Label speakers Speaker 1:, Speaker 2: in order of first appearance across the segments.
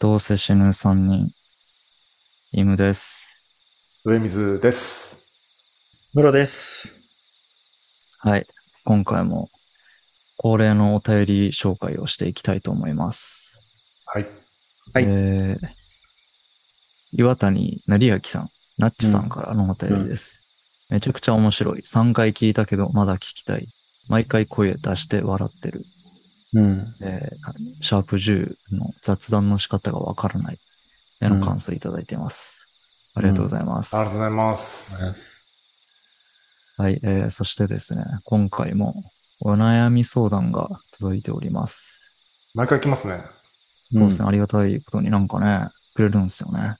Speaker 1: どうせ死ぬ3人。イムです。
Speaker 2: 上水です。
Speaker 3: ムロです。
Speaker 1: はい。今回も恒例のお便り紹介をしていきたいと思います。
Speaker 2: はい。
Speaker 3: はい
Speaker 1: えー岩谷成明さん、ナッチさんからのお便りです。めちゃくちゃ面白い。3回聞いたけどまだ聞きたい。毎回声出して笑ってる。
Speaker 3: うん。
Speaker 1: えーシャープ10の雑談の仕方がわからない。への感想いただいてます。
Speaker 3: ん
Speaker 1: ありがとうございます。
Speaker 2: ありがとうございます。
Speaker 1: はい、えーそしてですね、今回もお悩み相談が届いております。
Speaker 2: 毎回来ますね。
Speaker 1: そうですね、
Speaker 3: う
Speaker 1: ありがたいことになんかね、くれるんですよね。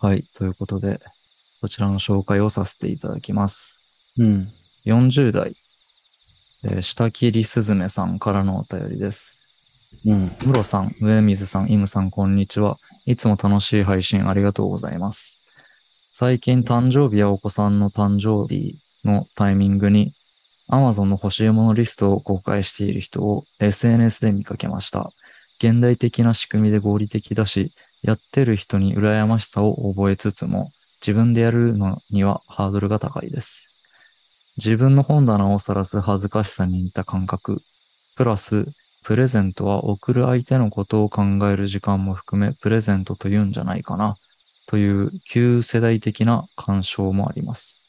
Speaker 1: はい、ということで、こちらの紹介をさせていただきます。
Speaker 3: うん。
Speaker 1: 40代、えー下切りすずめさんからのお便りです。
Speaker 3: うん。
Speaker 1: ムロさん、上水さん、イムさん、こんにちは。いつも楽しい配信ありがとうございます。最近誕生日やお子さんの誕生日のタイミングに Amazon の欲しいものリストを公開している人を SNS で見かけました。現代的な仕組みで合理的だし、やってる人に羨ましさを覚えつつも、自分でやるのにはハードルが高いです。自分の本棚を晒す恥ずかしさに似た感覚、プラスプレゼントは送る相手のことを考える時間も含めプレゼントというんじゃないかなという旧世代的な干渉もあります。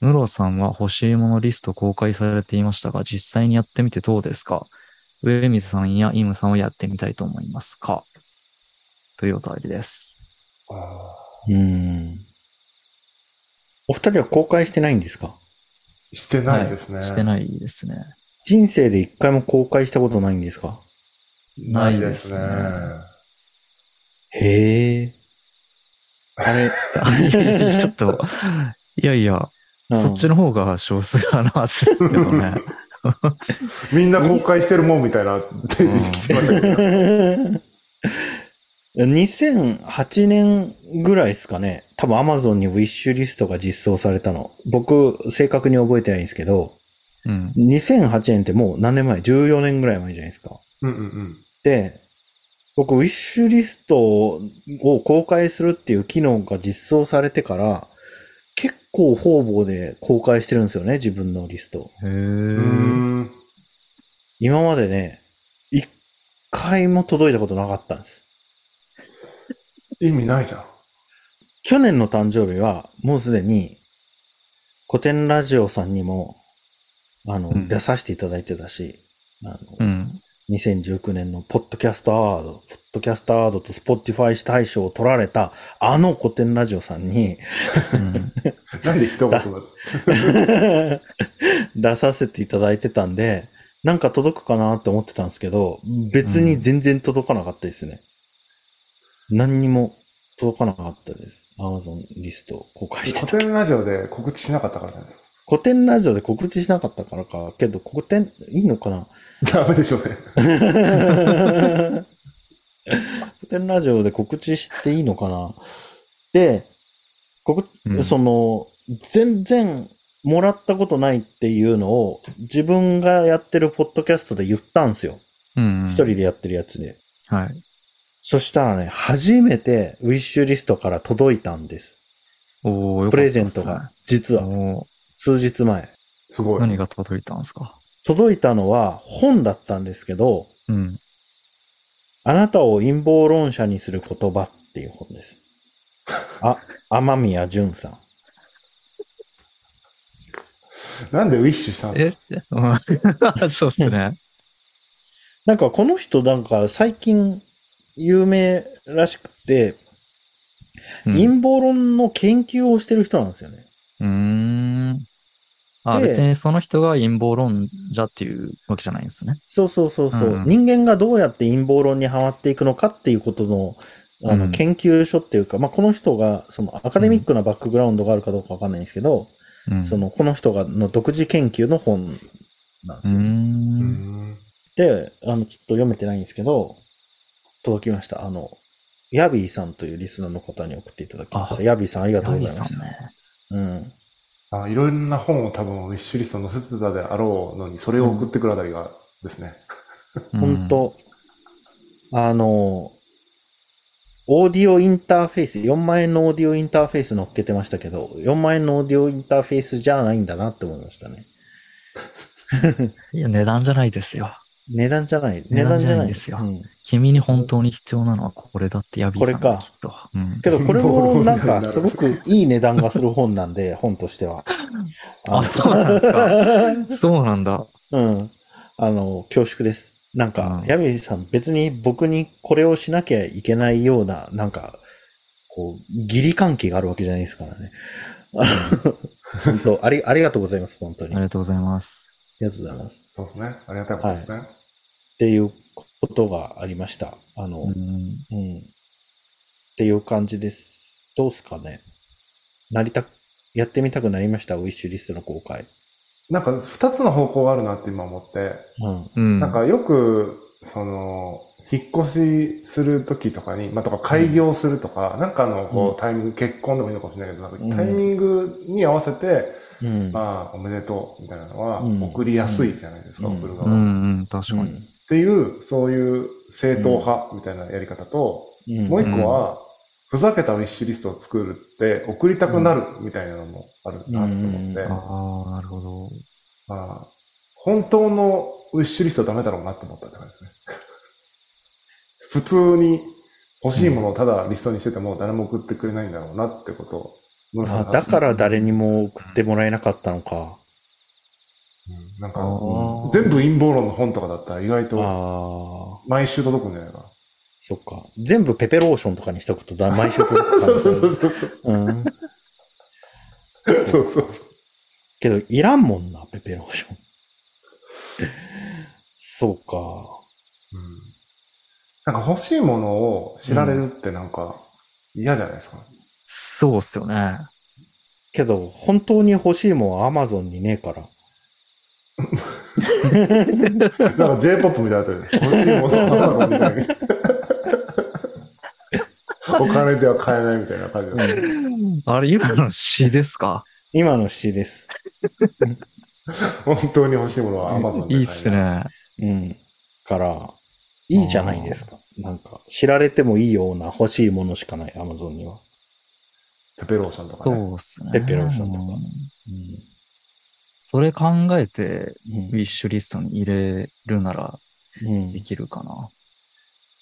Speaker 1: ムロさんは欲しいものリスト公開されていましたが実際にやってみてどうですか上水さんやイムさんをやってみたいと思いますかというお便りです。
Speaker 2: あ
Speaker 3: うん。お二人は公開してないんですか
Speaker 2: ーしてないですね。
Speaker 1: してないです ね。
Speaker 3: 人生で一回も公開したことないんですか
Speaker 2: ない
Speaker 1: ない
Speaker 2: で
Speaker 1: ですす
Speaker 2: ね
Speaker 1: ね。
Speaker 3: へえ。あ れ、
Speaker 1: ちょっと、いやいや、そっち
Speaker 3: の。
Speaker 1: の方が少数派なはずですけどね。
Speaker 2: みんな公開してるもんみたい なって出てきてましたけど。
Speaker 3: 2008年ぐらいですかね。多分 Amazon にウィッシュリストが実装されたの。僕、正確に覚えてないんですけど、
Speaker 1: うん。
Speaker 3: 2008年ってもう何年前 ?14 年ぐらい前じゃないですか。
Speaker 2: うんうんうん。
Speaker 3: で、僕、ウィッシュリストを公開するっていう機能が実装されてから、結構方々で公開してるんですよね、自分のリスト。
Speaker 1: へ
Speaker 2: う
Speaker 1: ー
Speaker 2: ーん。
Speaker 3: 今までね、一回も届いたことなかったんです。
Speaker 2: 意味ないじゃん。
Speaker 3: 去年の誕生日は、もうすでに、古典ラジオさんにも、あの、
Speaker 1: うん
Speaker 3: 出させていただいてたし、あの、
Speaker 1: うん。
Speaker 3: 2019年のポッドキャストアワード、ポッドキャストアワードとスポティファイ大賞を取られた、あの古典ラジオさんに、
Speaker 1: うん
Speaker 2: なんで一言だと。
Speaker 3: 出させていただいてたんで、なんか届くかなって思ってたんですけど、別に全然届かなかったですね。何にも届かなかったです。Amazon リスト公開してた
Speaker 2: 古。典ラジオで告知しなかったからじゃないです
Speaker 3: 古典ラジオで告知しなかったからか、けど古典、いいのかな
Speaker 2: か。ダメでしょうね。
Speaker 3: 古典ラジオで告知していいのかなで、告
Speaker 1: うん
Speaker 3: その、全然もらったことないっていうのを自分がやってるポッドキャストで言ったんですよ。
Speaker 1: うん。
Speaker 3: 一、人でやってるやつで。
Speaker 1: はい。
Speaker 3: そしたらね、初めてウィッシュリストから届いたんです。
Speaker 1: おーよかっ
Speaker 3: プ
Speaker 1: た
Speaker 3: レ
Speaker 1: っす
Speaker 3: ゼ
Speaker 1: ね
Speaker 3: ントが。実は、
Speaker 1: お
Speaker 3: 数日前。
Speaker 2: すご
Speaker 1: ー
Speaker 2: い。
Speaker 1: 何が届いたんですか
Speaker 3: 届いたのは本だったんですけど、
Speaker 1: うん。
Speaker 3: あなたを陰謀論者にする言葉っていう本です。あ、天宮淳さん。
Speaker 2: なんでウィッシュしたんです
Speaker 1: えうん そうっすね。
Speaker 3: なんかこの人なんか最近有名らしくて、
Speaker 1: うん
Speaker 3: 陰謀論の研究をしてる人なんですよね。
Speaker 1: うーん。あ、
Speaker 3: で
Speaker 1: 別にその人が陰謀論者っていうわけじゃないんですね。
Speaker 3: そうそうそうそう、
Speaker 1: うんうん
Speaker 3: 人間がどうやって陰謀論にはまっていくのかっていうことの、あ
Speaker 1: う
Speaker 3: の、
Speaker 1: ん
Speaker 3: 研究所っていうか、まあ、この人が、そのアカデミックなバックグラウンドがあるかどうかわかんないんですけど、
Speaker 1: うん。
Speaker 3: その、この人がの独自研究の本なん
Speaker 1: う
Speaker 3: で
Speaker 1: ー。
Speaker 3: すよ。
Speaker 2: うんん。
Speaker 3: で、あの、ちょっと読めてないんですけど、届きました。あの、ヤビーさんというリスナーの方に送っていただきました。
Speaker 1: あ
Speaker 3: ヤビーさんありがとう
Speaker 1: ヤ
Speaker 3: ござい
Speaker 1: ギ
Speaker 3: ま
Speaker 1: さ
Speaker 3: した。
Speaker 1: んね。
Speaker 3: うん。
Speaker 2: あいろんな本を多分ウィッシュリストに載せてたであろうのに、それを送ってくるあたりがですね。
Speaker 1: うん
Speaker 3: 本当、あの、オーディオインターフェース、4万円のオーディオインターフェース乗っけてましたけど、4万円のオーディオインターフェースじゃないんだなって思いましたね。
Speaker 1: いや、値段じゃないですよ。
Speaker 3: 値段じゃない。
Speaker 1: 値
Speaker 3: 値
Speaker 1: 段
Speaker 3: 段
Speaker 1: じ
Speaker 3: じ
Speaker 1: ゃ
Speaker 3: ゃ
Speaker 1: な
Speaker 3: ないい
Speaker 1: んですよ
Speaker 3: うん
Speaker 1: 君に本当に必要なのはこれだってヤビーさん
Speaker 3: これ
Speaker 1: が
Speaker 3: か
Speaker 1: きっと。うん、
Speaker 3: けどこ れもなんか
Speaker 2: ボロボロになる
Speaker 3: すごくいい値段がする本なんで、本としては。
Speaker 1: あそうなんです そうなんだ。
Speaker 3: うん。あの、恐縮です。なんか
Speaker 1: う、ん
Speaker 3: ヤミーさん、別に僕にこれをしなきゃいけないような、なんか、こう、義理関係があるわけじゃないですからね。 本当あり、ありがとうございます、本当
Speaker 1: あ
Speaker 3: に。
Speaker 1: り
Speaker 3: あり
Speaker 1: がとうございます。
Speaker 3: がとうございます。
Speaker 2: そうですね。ありがたいことですね。
Speaker 3: っていうことがありました。あの、
Speaker 1: う
Speaker 3: う
Speaker 1: ん、
Speaker 3: ん。っていう感じです。どうすかね。なりたく、やってみたくなりました、ウィッシュリストの公開。
Speaker 2: なんか二つの方向があるなって今思って、
Speaker 3: う
Speaker 1: う
Speaker 3: ん。
Speaker 1: ん。
Speaker 2: なんかよく、その、引っ越しするときとかに、まあ、とか開業するとか、なんかのこうタイミング、結婚でもいいのかもしれないけど、なんかタイミングに合わせて、
Speaker 3: うん。
Speaker 2: まあ、おめでとうみたいなのは、
Speaker 3: うん
Speaker 2: 送りやすいじゃないですか、
Speaker 3: うん
Speaker 2: 送る側、
Speaker 1: う
Speaker 2: っ
Speaker 1: んうん、確かに。
Speaker 2: ていう、そういう正統派みたいなやり方と、
Speaker 3: うん
Speaker 2: もう一個は、ふざけたウィッシュリストを作るって、送りたくなるみたいなのもあるなと思って、
Speaker 3: うん
Speaker 2: ま
Speaker 1: ああ、なるほど。
Speaker 2: あ、本当のウィッシュリストダメだろうなと思ったって感じですね。 普通に欲しいものをただリストにしてても誰も送ってくれないんだろうなってことを、ムロさん
Speaker 3: あ
Speaker 2: の話
Speaker 3: だから誰にも送ってもらえなかったのか。
Speaker 2: うんなん
Speaker 1: あ
Speaker 2: か、
Speaker 1: ー
Speaker 2: 全部陰謀論の本とかだったら意外
Speaker 3: ああ
Speaker 2: と
Speaker 3: ー、
Speaker 2: 毎週届くんじゃないか
Speaker 3: そっか。全部ペペローションとかにしたことだ、毎週と
Speaker 2: な。 そうそうそうそうそう。そう
Speaker 3: うん。
Speaker 2: そうそうそ
Speaker 3: けど、いらんもんな、ペペローション。そうか。
Speaker 2: う。うんなんか欲しいものを知られるってなんか嫌じゃないですか。
Speaker 1: そうっすよね。
Speaker 3: けど、本当に欲しいもんは Amazon にねえから。
Speaker 2: なんか J-POP みたいになってる。欲しいものは Amazon みたいな。お金では買えないみたいな感じだ、
Speaker 1: あれ、今の詩ですか
Speaker 3: 今の詩です。
Speaker 2: 本当に欲しいものは Amazon で買えない
Speaker 1: いいっす。ね。
Speaker 3: うん。から、いいじゃないですか。なんか、知られてもいいような欲しいものしかない、Amazon には。
Speaker 2: ペペローションとか
Speaker 1: そ
Speaker 2: ね。
Speaker 1: うっすね。
Speaker 3: ペペロンションとか
Speaker 1: うん
Speaker 3: う
Speaker 1: それ考えて、ウ
Speaker 3: ん。
Speaker 1: ィッシュリストに入れるなら
Speaker 3: うん
Speaker 1: できるかな。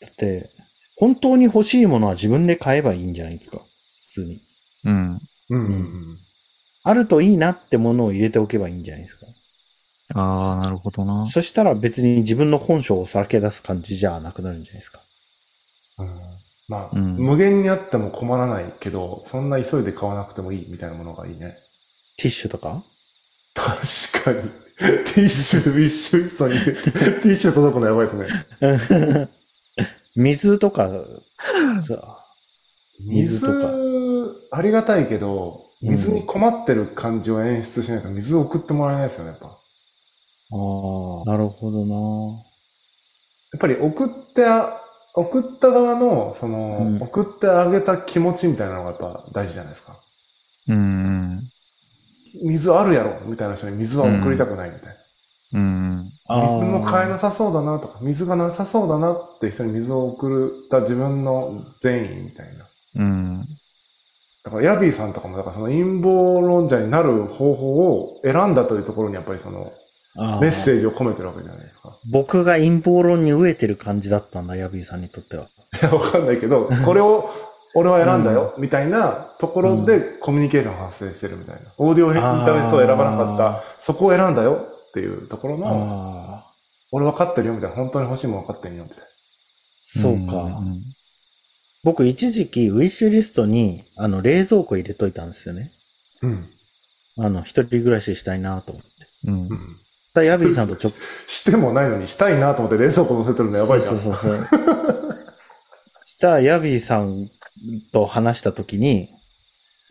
Speaker 3: だって、本当に欲しいものは自分で買えばいいんじゃないですか。普通に。
Speaker 1: うん。
Speaker 2: うんうんうん。
Speaker 3: あるといいなってものを入れておけばいいんじゃないですか。
Speaker 1: ああ、なるほどな。
Speaker 3: そしたら別に自分の本性をさらけ出す感じじゃなくなるんじゃないですか。
Speaker 2: うんまあ、
Speaker 1: うん
Speaker 2: 無限にあっても困らないけど、そんな急いで買わなくてもいいみたいなものがいいね。
Speaker 3: ティッシュとか
Speaker 2: 確かに。ティッシュ、ウィッシュリストに入れて、ティッシュ届くのやばいですね。
Speaker 3: 水と か、さ
Speaker 2: 水
Speaker 3: 水とか、
Speaker 2: ありがたいけど、
Speaker 3: うん
Speaker 2: 水に困ってる感じを演出しないと水を送ってもらえないですよね、やっぱ。
Speaker 3: ああ、なるほど
Speaker 2: やっぱり送ってあ、送った側の、その、
Speaker 3: うん
Speaker 2: 送ってあげた気持ちみたいなのがやっぱ大事じゃないですか。
Speaker 1: うん
Speaker 2: 水あるやろみたいな人に水は送りたくないみたいな。
Speaker 1: うん。うん。
Speaker 3: な。
Speaker 2: 水も買え
Speaker 3: な
Speaker 2: なさそうだなとか、水がなさそうだなって人に水を送った自分の善意みたいな。
Speaker 1: うん。
Speaker 2: だからヤビーさんとかも、だからその陰謀論者になる方法を選んだというところにやっぱりそのメッセージを込めてるわけじゃないですか。
Speaker 3: 僕が陰謀論に飢えてる感じだったんだ、ヤビーさんにとっては。
Speaker 2: いや、 わかんないけど、これを俺は選んだよ、みたいなところでコミュニケーション発生してるみたいな。オーディオインターフェースを選ばなかった、そこを選んだよっていうところの、
Speaker 3: ああ、
Speaker 2: 俺分かってるよみたいな、本当に欲しいもん分かってるよみたいな。
Speaker 3: そうか。
Speaker 1: ん
Speaker 3: 僕一時期ウィッシュリストにあの冷蔵庫入れといたんですよね。
Speaker 2: うん。
Speaker 3: あの、一人暮らししたいなと思って。
Speaker 1: うん
Speaker 2: う。ん。
Speaker 3: た だヤビーさんとちょっと。
Speaker 2: してもないのにしたいなと思って冷蔵庫乗せてるのやばいじゃん。
Speaker 3: そうそ うそうそう。したらヤビーさんと話したときに、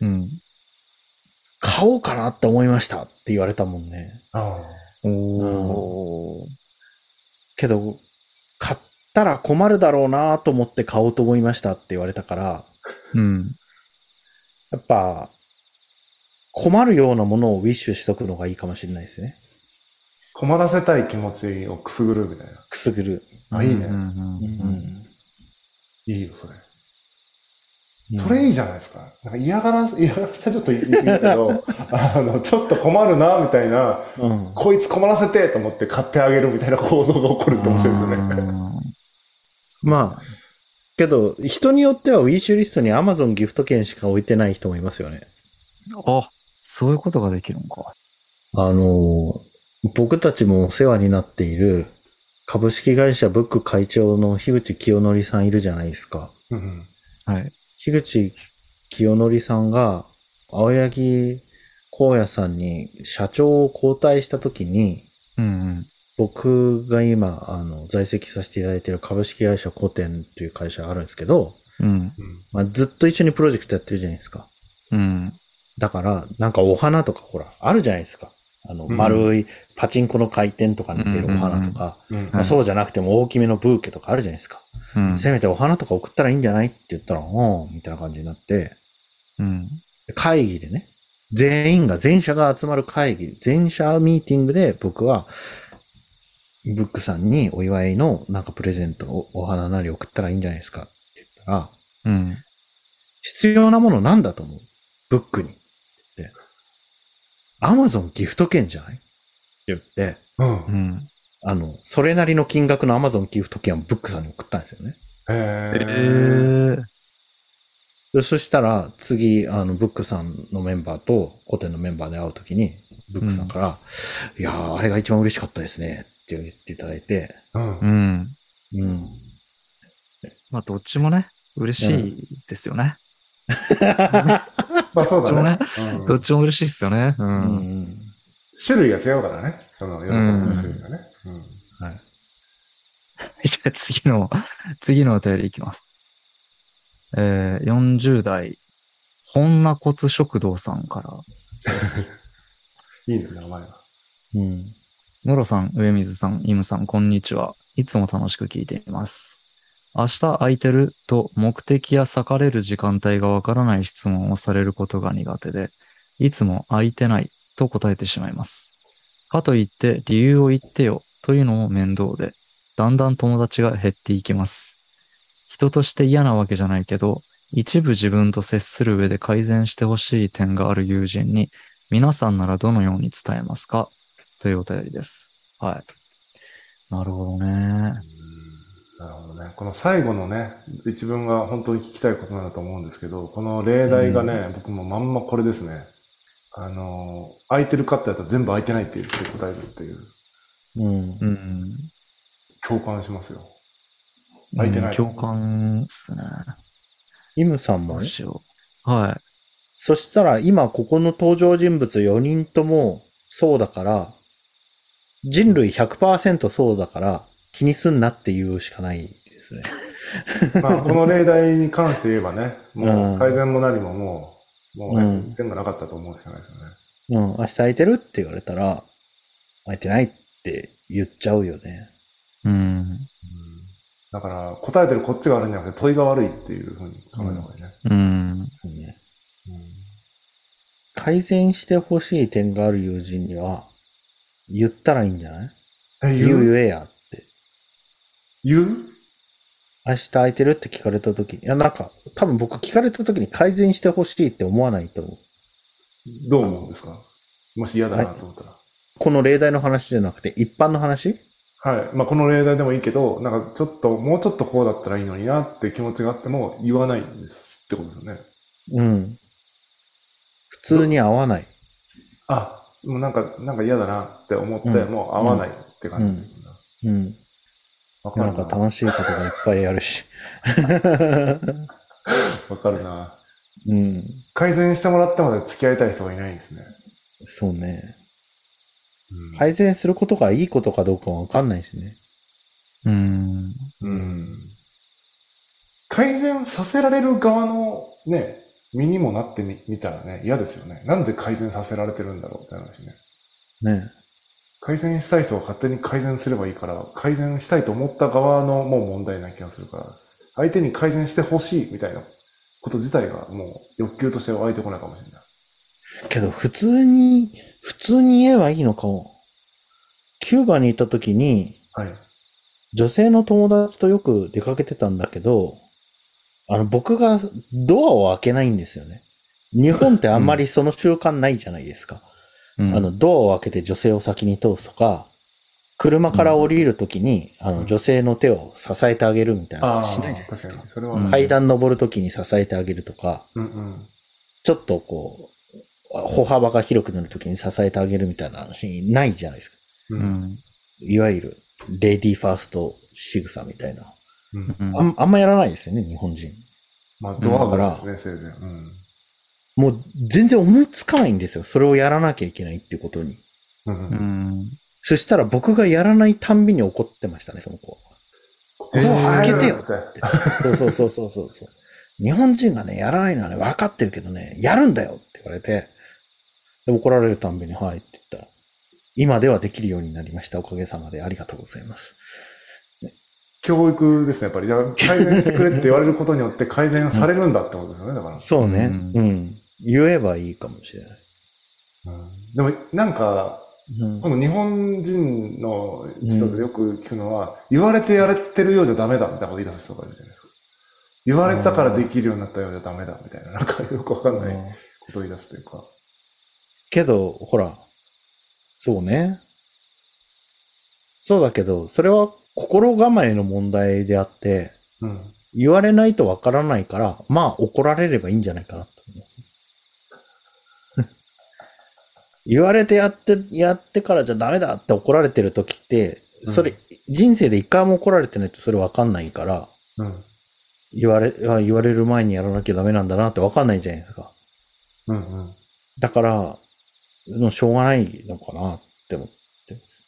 Speaker 1: うん。
Speaker 3: 買おうかなって思いましたって言われたもんね。
Speaker 2: あ
Speaker 1: おー。
Speaker 3: けど、買ったら困るだろうなと思って買おうと思いましたって言われたから、
Speaker 1: うん。
Speaker 3: やっぱ、困るようなものをウィッシュしとくのがいいかもしれないですね。
Speaker 2: 困らせたい気持ちをくすぐるみたいな。
Speaker 3: くすぐる。
Speaker 2: あいいね
Speaker 1: うんうん
Speaker 3: うん
Speaker 1: うん
Speaker 2: いいよ、それ。それいいじゃないですか。なんか嫌がらせ、嫌がらせはちょっと言い過ぎだけ ど、あの、ちょっと困るな、みたいな、
Speaker 3: うん。
Speaker 2: こいつ困らせてと思って買ってあげるみたいな行動が起こるって面白いです よね。
Speaker 3: まあ、けど、人によってはウィッシュリストに Amazon ギフト券しか置いてない人もいますよね。
Speaker 1: あーあ、そういうことができるのか。
Speaker 3: あの、僕たちもお世話になっている株式会社ブック会長の樋口清則さんいるじゃないですか。
Speaker 2: うん。
Speaker 1: はい。
Speaker 3: 樋口清則さんが青柳光也さんに社長を交代した時に、
Speaker 1: うんうん。
Speaker 3: 僕が今、あの、在籍させていただいている株式会社コテンという会社があるんですけど、
Speaker 1: うん。
Speaker 2: うん。
Speaker 3: まあ、ずっと一緒にプロジェクトやってるじゃないですか。
Speaker 1: うん。
Speaker 3: だから、なんかお花とかほら、あるじゃないですか。あの、
Speaker 2: うん
Speaker 3: 丸いパチンコの回転とかに出るお花とか、
Speaker 2: うん
Speaker 3: まあそうじゃなくても大きめのブーケとかあるじゃないですか。
Speaker 1: うん。
Speaker 3: せめてお花とか送ったらいいんじゃないって言ったら、おーみたいな感じになって、
Speaker 1: うん。
Speaker 3: 会議でね、全員が、全社が集まる会議、全社ミーティングで僕は、ブックさんにお祝いのなんかプレゼントをお花なり送ったらいいんじゃないですかって言ったら、
Speaker 1: うん。
Speaker 3: 必要なものなんだと思うブックに。って言って、アマゾンギフト券じゃないって言って、
Speaker 2: うん
Speaker 1: う。ん。
Speaker 3: あの、それなりの金額のアマゾンギフト券をブックさんに送ったんですよね。
Speaker 1: え
Speaker 2: へー。
Speaker 1: ー。
Speaker 3: でそしたら、次、あの、ブックさんのメンバーと、古典のメンバーで会うときに、ブックさんから、いやー、あれが一番嬉しかったですね、って言っていただいて、
Speaker 2: うん
Speaker 1: う。ん。
Speaker 3: うん。
Speaker 1: まあ、どっちもね、嬉しいですよね。
Speaker 2: まあそうだね。うん
Speaker 1: どっちも嬉しいですよね。う。
Speaker 3: うんん。
Speaker 2: 種類が違うからね。その喜びの種類がね。うん
Speaker 3: はい。
Speaker 1: じゃあ次の、次のお便りいきます。えー、40代、本名骨食堂さんから、
Speaker 2: いいね、名前が。
Speaker 3: うん。
Speaker 1: ムロさん、上水さん、イムさん、こんにちは。いつも楽しく聞いています。明日空いてると目的や裂かれる時間帯がわからない質問をされることが苦手で、いつも空いてないと答えてしまいます。かといって理由を言ってよというのも面倒で、だんだん友達が減っていきます。人として嫌なわけじゃないけど、一部自分と接する上で改善してほしい点がある友人に、皆さんならどのように伝えますかというお便りです。はい。なるほどね。
Speaker 2: なるほどね。この最後のね、一文が本当に聞きたいことなんだと思うんですけど、この例題がね、僕もまんまこれですね。あのー、空いてるかってやったら全部空いてないって言って答えるっていう、
Speaker 3: うん
Speaker 1: う。ん。
Speaker 2: 共感しますよ。空いてない
Speaker 1: うん共感ですね。
Speaker 3: イムさん
Speaker 1: ど
Speaker 3: も
Speaker 1: う
Speaker 3: ね、
Speaker 1: しよう。は
Speaker 3: そしたら今ここの登場人物4人ともそうだから、人類100%そうだから気にすんなって言うしかないですね。
Speaker 2: まあ、この例題に関して言えばね、も
Speaker 3: うん
Speaker 2: う改善も何ももう、もう
Speaker 3: う
Speaker 2: ね
Speaker 3: ん
Speaker 2: 点がなかったと思うしかないですよね。
Speaker 3: うん、明日空いてるって言われたら、空いてないって言っちゃうよね。
Speaker 1: い。うん。
Speaker 2: だから、答えてるこっちが悪いんじゃなくて、問いが悪いっていうふうに考えた方がいいね。
Speaker 1: うん。
Speaker 3: そうね改善してほしい点がある友人には、言ったらいいんじゃない
Speaker 2: え、
Speaker 3: 言
Speaker 2: 言
Speaker 3: う
Speaker 2: う
Speaker 3: 言えやって。
Speaker 2: 言う
Speaker 3: 明日空いてるって聞かれた時に、いやなんか、多分僕聞かれた時に改善してほしいって思わないと思う。
Speaker 2: どう思うんですかもし嫌だなと思ったら。
Speaker 3: この例題の話じゃなくて、一般の話
Speaker 2: はい。まあ、この例題でもいいけど、なんかちょっと、もうちょっとこうだったらいいのになって気持ちがあっても言わないんですってことですよね。
Speaker 3: うん。普通に合わない。
Speaker 2: あ、もうなんか、なんか嫌だなって思って、
Speaker 3: うん
Speaker 2: もう合わないって感じ。
Speaker 3: うん。
Speaker 2: わ、か
Speaker 3: な
Speaker 2: る
Speaker 3: んか
Speaker 2: な。
Speaker 3: 楽しいことがいっぱいあるし。
Speaker 2: わかるな。
Speaker 3: うん。
Speaker 2: 改善してもらってまで付き合いたい人がいないんですね。
Speaker 3: そうね。
Speaker 2: うん、い。
Speaker 3: 改善することがいいことかどうかわかんないしね。
Speaker 1: うん。
Speaker 2: うん。改善させられる側のね、身にもなってみ見たらね、嫌ですよね。なんで改善させられてるんだろうって話ね。
Speaker 3: ね。
Speaker 2: 改善したい人は勝手に改善すればいいから、改善したいと思った側のもう問題な気がするから、相手に改善してほしいみたいなこと自体がもう欲求として湧いてこないかもしれない。
Speaker 3: けど、普通に、普通に言えばいいのかも。キューバにいた時に、
Speaker 2: はい。
Speaker 3: 女性の友達とよく出かけてたんだけど、あの、僕がドアを開けないんですよね。日本ってあんまりその習慣ないじゃないですか。
Speaker 1: うん
Speaker 3: あの、ドアを開けて女性を先に通すとか、車から降りるときに、あ
Speaker 2: うん
Speaker 3: の、女性の手を支えてあげるみたいな
Speaker 2: あ
Speaker 3: の
Speaker 2: あ、
Speaker 3: しないじゃないです
Speaker 2: 確
Speaker 3: か
Speaker 2: か。に。それは、
Speaker 1: うん
Speaker 3: 階段登るときに支えてあげるとか、
Speaker 2: うんうん。
Speaker 3: ちょっとこう、歩幅が広くなるときに支えてあげるみたいな話ないじゃないですか。
Speaker 2: う。
Speaker 1: うんん。
Speaker 3: いわゆる、レディーファースト仕草みたいな。
Speaker 2: うん。
Speaker 1: うん
Speaker 3: あんあんまやらないですよね、日本人。
Speaker 2: まあ、ドア
Speaker 3: だか
Speaker 2: が
Speaker 3: ら
Speaker 2: ですね、せいぜい。うん。
Speaker 3: もう全然思いつかないんですよ。それをやらなきゃいけないっていうことに。
Speaker 2: う。
Speaker 1: うんん。
Speaker 3: そしたら僕がやらないたんびに怒ってましたね、その子は。ここを開けてよって。そうそうそうそうそうそう。日本人がね、やらないのはね、分かってるけどね、やるんだよって言われて、で怒られるたんびに、はいって言ったら、今ではできるようになりました。おかげさまでありがとうございます。
Speaker 2: 教育ですね、やっぱり。だから改善してくれって言われることによって改善されるんだってことですよね、だから。
Speaker 3: そうね。
Speaker 1: う
Speaker 3: うん。言えばいいかもしれない。
Speaker 2: うんでも、なんか、この日本人の人でよく聞くのは、言われてやれてるようじゃダメだみたいなこと言い出す人がいるじゃないですか。言われたからできるようになったようじゃダメだみたいな、なんかよくわかんない
Speaker 3: うん
Speaker 2: ことを言い出すというか。
Speaker 3: けど、ほら、そうね。そうだけど、それは心構えの問題であって、
Speaker 2: うん。
Speaker 3: 言われないとわからないから、まあ怒られればいいんじゃないかなと思います。 言われてやって、やってからじゃダメだって怒られてる時って、それ、
Speaker 2: う
Speaker 3: 人生で一回も怒られてないとそれわかんないから、
Speaker 2: うん。
Speaker 3: 言われ、あ言われる前にやらなきゃダメなんだなってわかんないじゃないですか。
Speaker 2: うんうん。
Speaker 3: だから、もうしょうがないのかなって思ってます。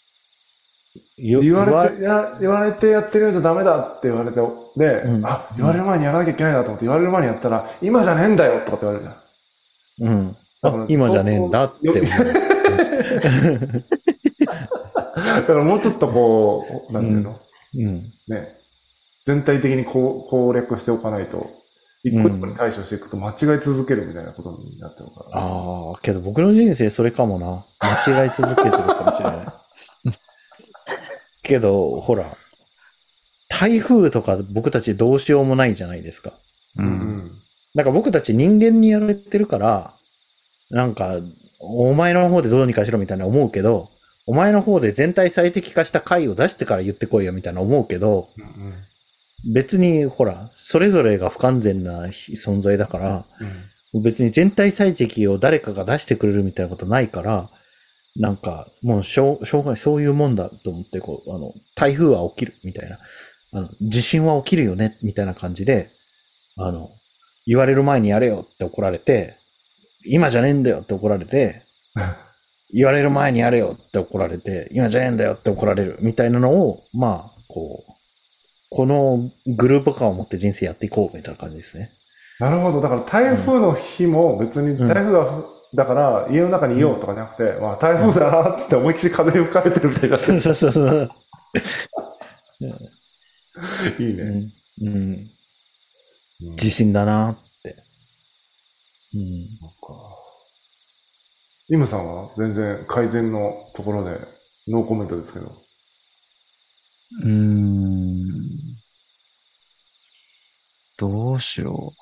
Speaker 3: 言
Speaker 2: 言われて、や、言われてやってるようじゃダメだって言われて、で、
Speaker 3: うん
Speaker 2: あ、言われる前にやらなきゃいけないなと思って、言われる前にやったら、今じゃねえんだよとかって言われるじゃん。
Speaker 3: うん。
Speaker 2: だから
Speaker 3: あ今じゃねえんだって思う。
Speaker 2: だからもうちょっとこう、なんていうの、
Speaker 3: うん。
Speaker 2: ね、全体的にこう攻略しておかないと、一個一個に対処していくと間違い続けるみたいなことになっちゃうから。
Speaker 3: ああ、けど僕の人生それかもな。間違い続けてるかもしれない。けど、ほら、台風とか僕たちどうしようもないじゃないですか。
Speaker 1: う
Speaker 2: うん
Speaker 1: ん。
Speaker 3: なんか僕たち人間にやられてるから、なんか、お前の方でどうにかしろみたいな思うけど、お前の方で全体最適化した回を出してから言ってこいよみたいな思うけど、
Speaker 2: うんうん
Speaker 3: 別にほら、それぞれが不完全な存在だから、
Speaker 2: うん
Speaker 3: 別に全体最適を誰かが出してくれるみたいなことないから、なんか、もうしょう、しょうがない、そういうもんだと思って、こう、あの、台風は起きる、みたいな。あの、地震は起きるよね、みたいな感じで、あの、言われる前にやれよって怒られて、今じゃねえんだよって怒られて、言われる前にやれよって怒られて、今じゃねえんだよって怒られる、みたいなのを、まあ、こう、このグループ感を持って人生やっていこう、みたいな感じですね。
Speaker 2: なるほど。だから台風の日も別に台風が、だから家の中にいようとかじゃなくて、まあ台風だなっつって思いっきり風に吹かれてるみたいな。
Speaker 3: そうそうそうそう。
Speaker 2: いいね。
Speaker 3: うんうん、
Speaker 2: うん
Speaker 3: 自信だなって。うん、
Speaker 2: そっかイムさんは全然改善のところでノーコメントですけど。
Speaker 1: うーん。どうしよ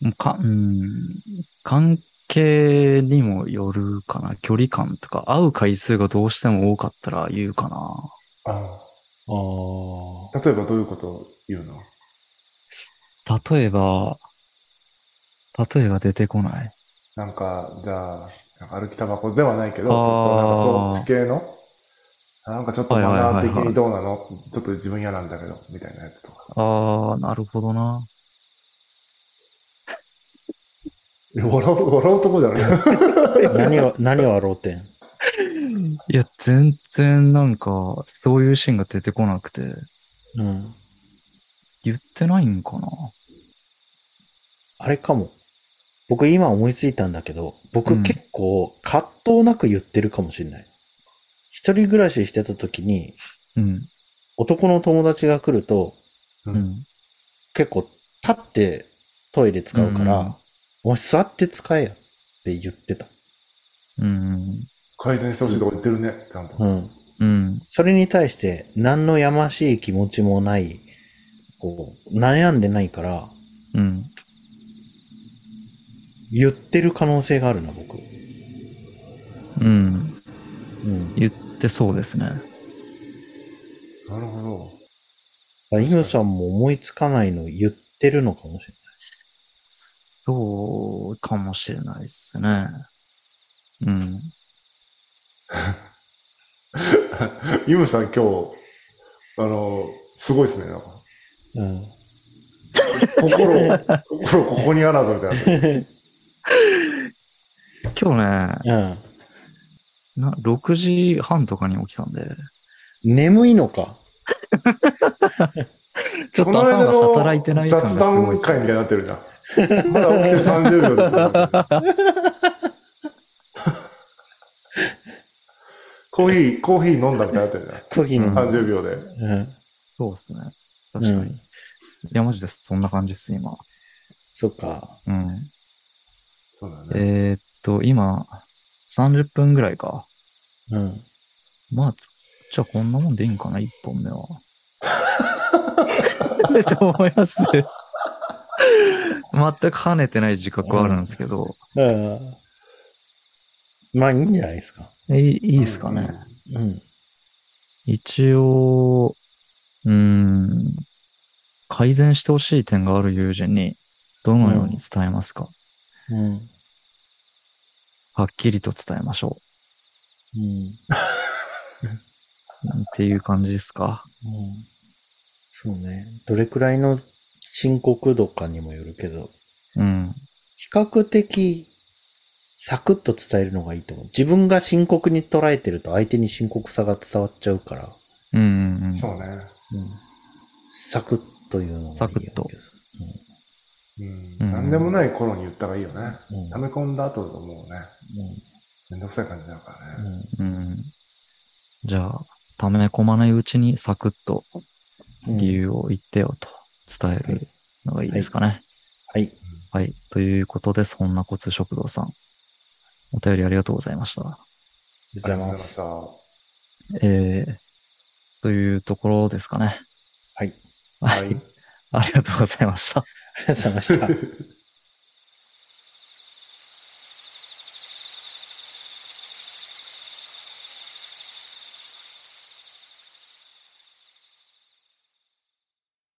Speaker 1: う。もうか、うーん。関係にもよるかな。距離感とか、会う回数がどうしても多かったら言うかな。
Speaker 2: あ
Speaker 3: ああ。
Speaker 2: あ例えばどういうことを言うの
Speaker 1: 例えば、例えば出てこない。
Speaker 2: なんか、じゃあ、なんか歩きタバコではないけど、ち
Speaker 1: あー
Speaker 2: ょっとなんかそっち系の、なんかちょっとマナー的にどうなのちょっと自分嫌なんだけど、みたいなやつとか。
Speaker 1: あー、なるほどな。
Speaker 2: え笑う、笑うとこじゃない
Speaker 3: 何は、何は露天
Speaker 1: いや、全然なんか、そういうシーンが出てこなくて、
Speaker 3: うん。
Speaker 1: 言ってないんかな。
Speaker 3: あれかも。僕今思いついたんだけど、僕
Speaker 1: うん
Speaker 3: 結構葛藤なく言ってるかもしれない。一人暮らししてた時に、
Speaker 1: うん、
Speaker 3: 男の友達が来ると、
Speaker 2: う
Speaker 1: う。ん。
Speaker 3: 結構立ってトイレ使うから、
Speaker 1: うん
Speaker 3: お前座って使えやって言ってた。
Speaker 1: うん。
Speaker 2: 改善してほしいとこ言ってるね、ちゃんと。
Speaker 3: うん。
Speaker 1: うん。
Speaker 3: それに対して、何のやましい気持ちもない、こう、悩んでないから、
Speaker 1: うん。
Speaker 3: 言ってる可能性があるな、僕。
Speaker 1: うん。
Speaker 3: うん。
Speaker 1: 言ってそうですね。
Speaker 2: なるほど。
Speaker 3: イムさんも思いつかないの言ってるのかもしれ
Speaker 1: そうかもしれないですね。うん。
Speaker 2: イムさん今日、あの、すごいですね。なんか
Speaker 3: ない。うん。
Speaker 2: 心、心ここにあらずみたいな。
Speaker 1: 今日ね、
Speaker 3: うん。
Speaker 1: な6時半とかに起きたんで、
Speaker 3: 眠いのか。
Speaker 1: ちょっ
Speaker 2: ことの間
Speaker 1: 頭が働いてな
Speaker 2: の
Speaker 1: い感がす
Speaker 2: 雑談
Speaker 1: ごい
Speaker 2: 会
Speaker 1: っす
Speaker 2: みたいになってるじゃん。まだ起きて30秒ですよ。コーヒー、コーヒー飲んだみたいになってるじゃん。
Speaker 3: コーヒーの。
Speaker 2: 30秒で。
Speaker 3: うん。
Speaker 1: そうですね。確かに。
Speaker 3: うん
Speaker 1: いや、マジです。そんな感じっす、今。
Speaker 3: そっか。
Speaker 1: うん。
Speaker 2: そうだね。
Speaker 1: えーっと、今、30分ぐらいか。
Speaker 3: うん。
Speaker 1: まあ、じゃあこんなもんでいいんかな、1本目は。 と思います。全く跳ねてない自覚はあるんですけど、
Speaker 3: うん。まあいいんじゃないですか。
Speaker 1: えいいいですかね。
Speaker 3: うん。
Speaker 1: 一応、うーん、改善してほしい点がある友人に、どのように伝えますか、
Speaker 3: うん。
Speaker 1: はっきりと伝えましょ
Speaker 3: うん。
Speaker 1: う。っていう感じですか。
Speaker 3: うんそうね。どれくらいの深刻度かにもよるけど、
Speaker 1: うん。
Speaker 3: 比較的サクッと伝えるのがいいと思う。自分が深刻に捉えてると相手に深刻さが伝わっちゃうから、
Speaker 1: うんうん
Speaker 2: そうね。
Speaker 3: サクッというのがいいよ
Speaker 1: サクッと
Speaker 2: うん。
Speaker 1: うん
Speaker 2: 何でもない頃に言ったらいいよね。
Speaker 3: うんうん
Speaker 2: 溜め込んだ後だと思うね。めんどくさい感じになるから
Speaker 3: う
Speaker 2: ね。
Speaker 3: ん
Speaker 1: うん。うん。じゃあ、溜め込まないうちにサクッと
Speaker 3: うん
Speaker 1: 理由を言ってよと伝えるのがいいですかね。
Speaker 3: はい。
Speaker 1: はい。ということです。ほんなこつ食堂さん。お便りありがとうございました。
Speaker 3: ありが
Speaker 2: あり
Speaker 3: とう
Speaker 2: が
Speaker 3: ご
Speaker 2: と
Speaker 3: ざ
Speaker 2: う
Speaker 3: い
Speaker 2: ございま
Speaker 3: ま
Speaker 2: し
Speaker 3: す。
Speaker 2: た。
Speaker 1: えー、というところですかね。
Speaker 3: はい。
Speaker 1: はい。ありがとうございました。
Speaker 3: ありがとうございました。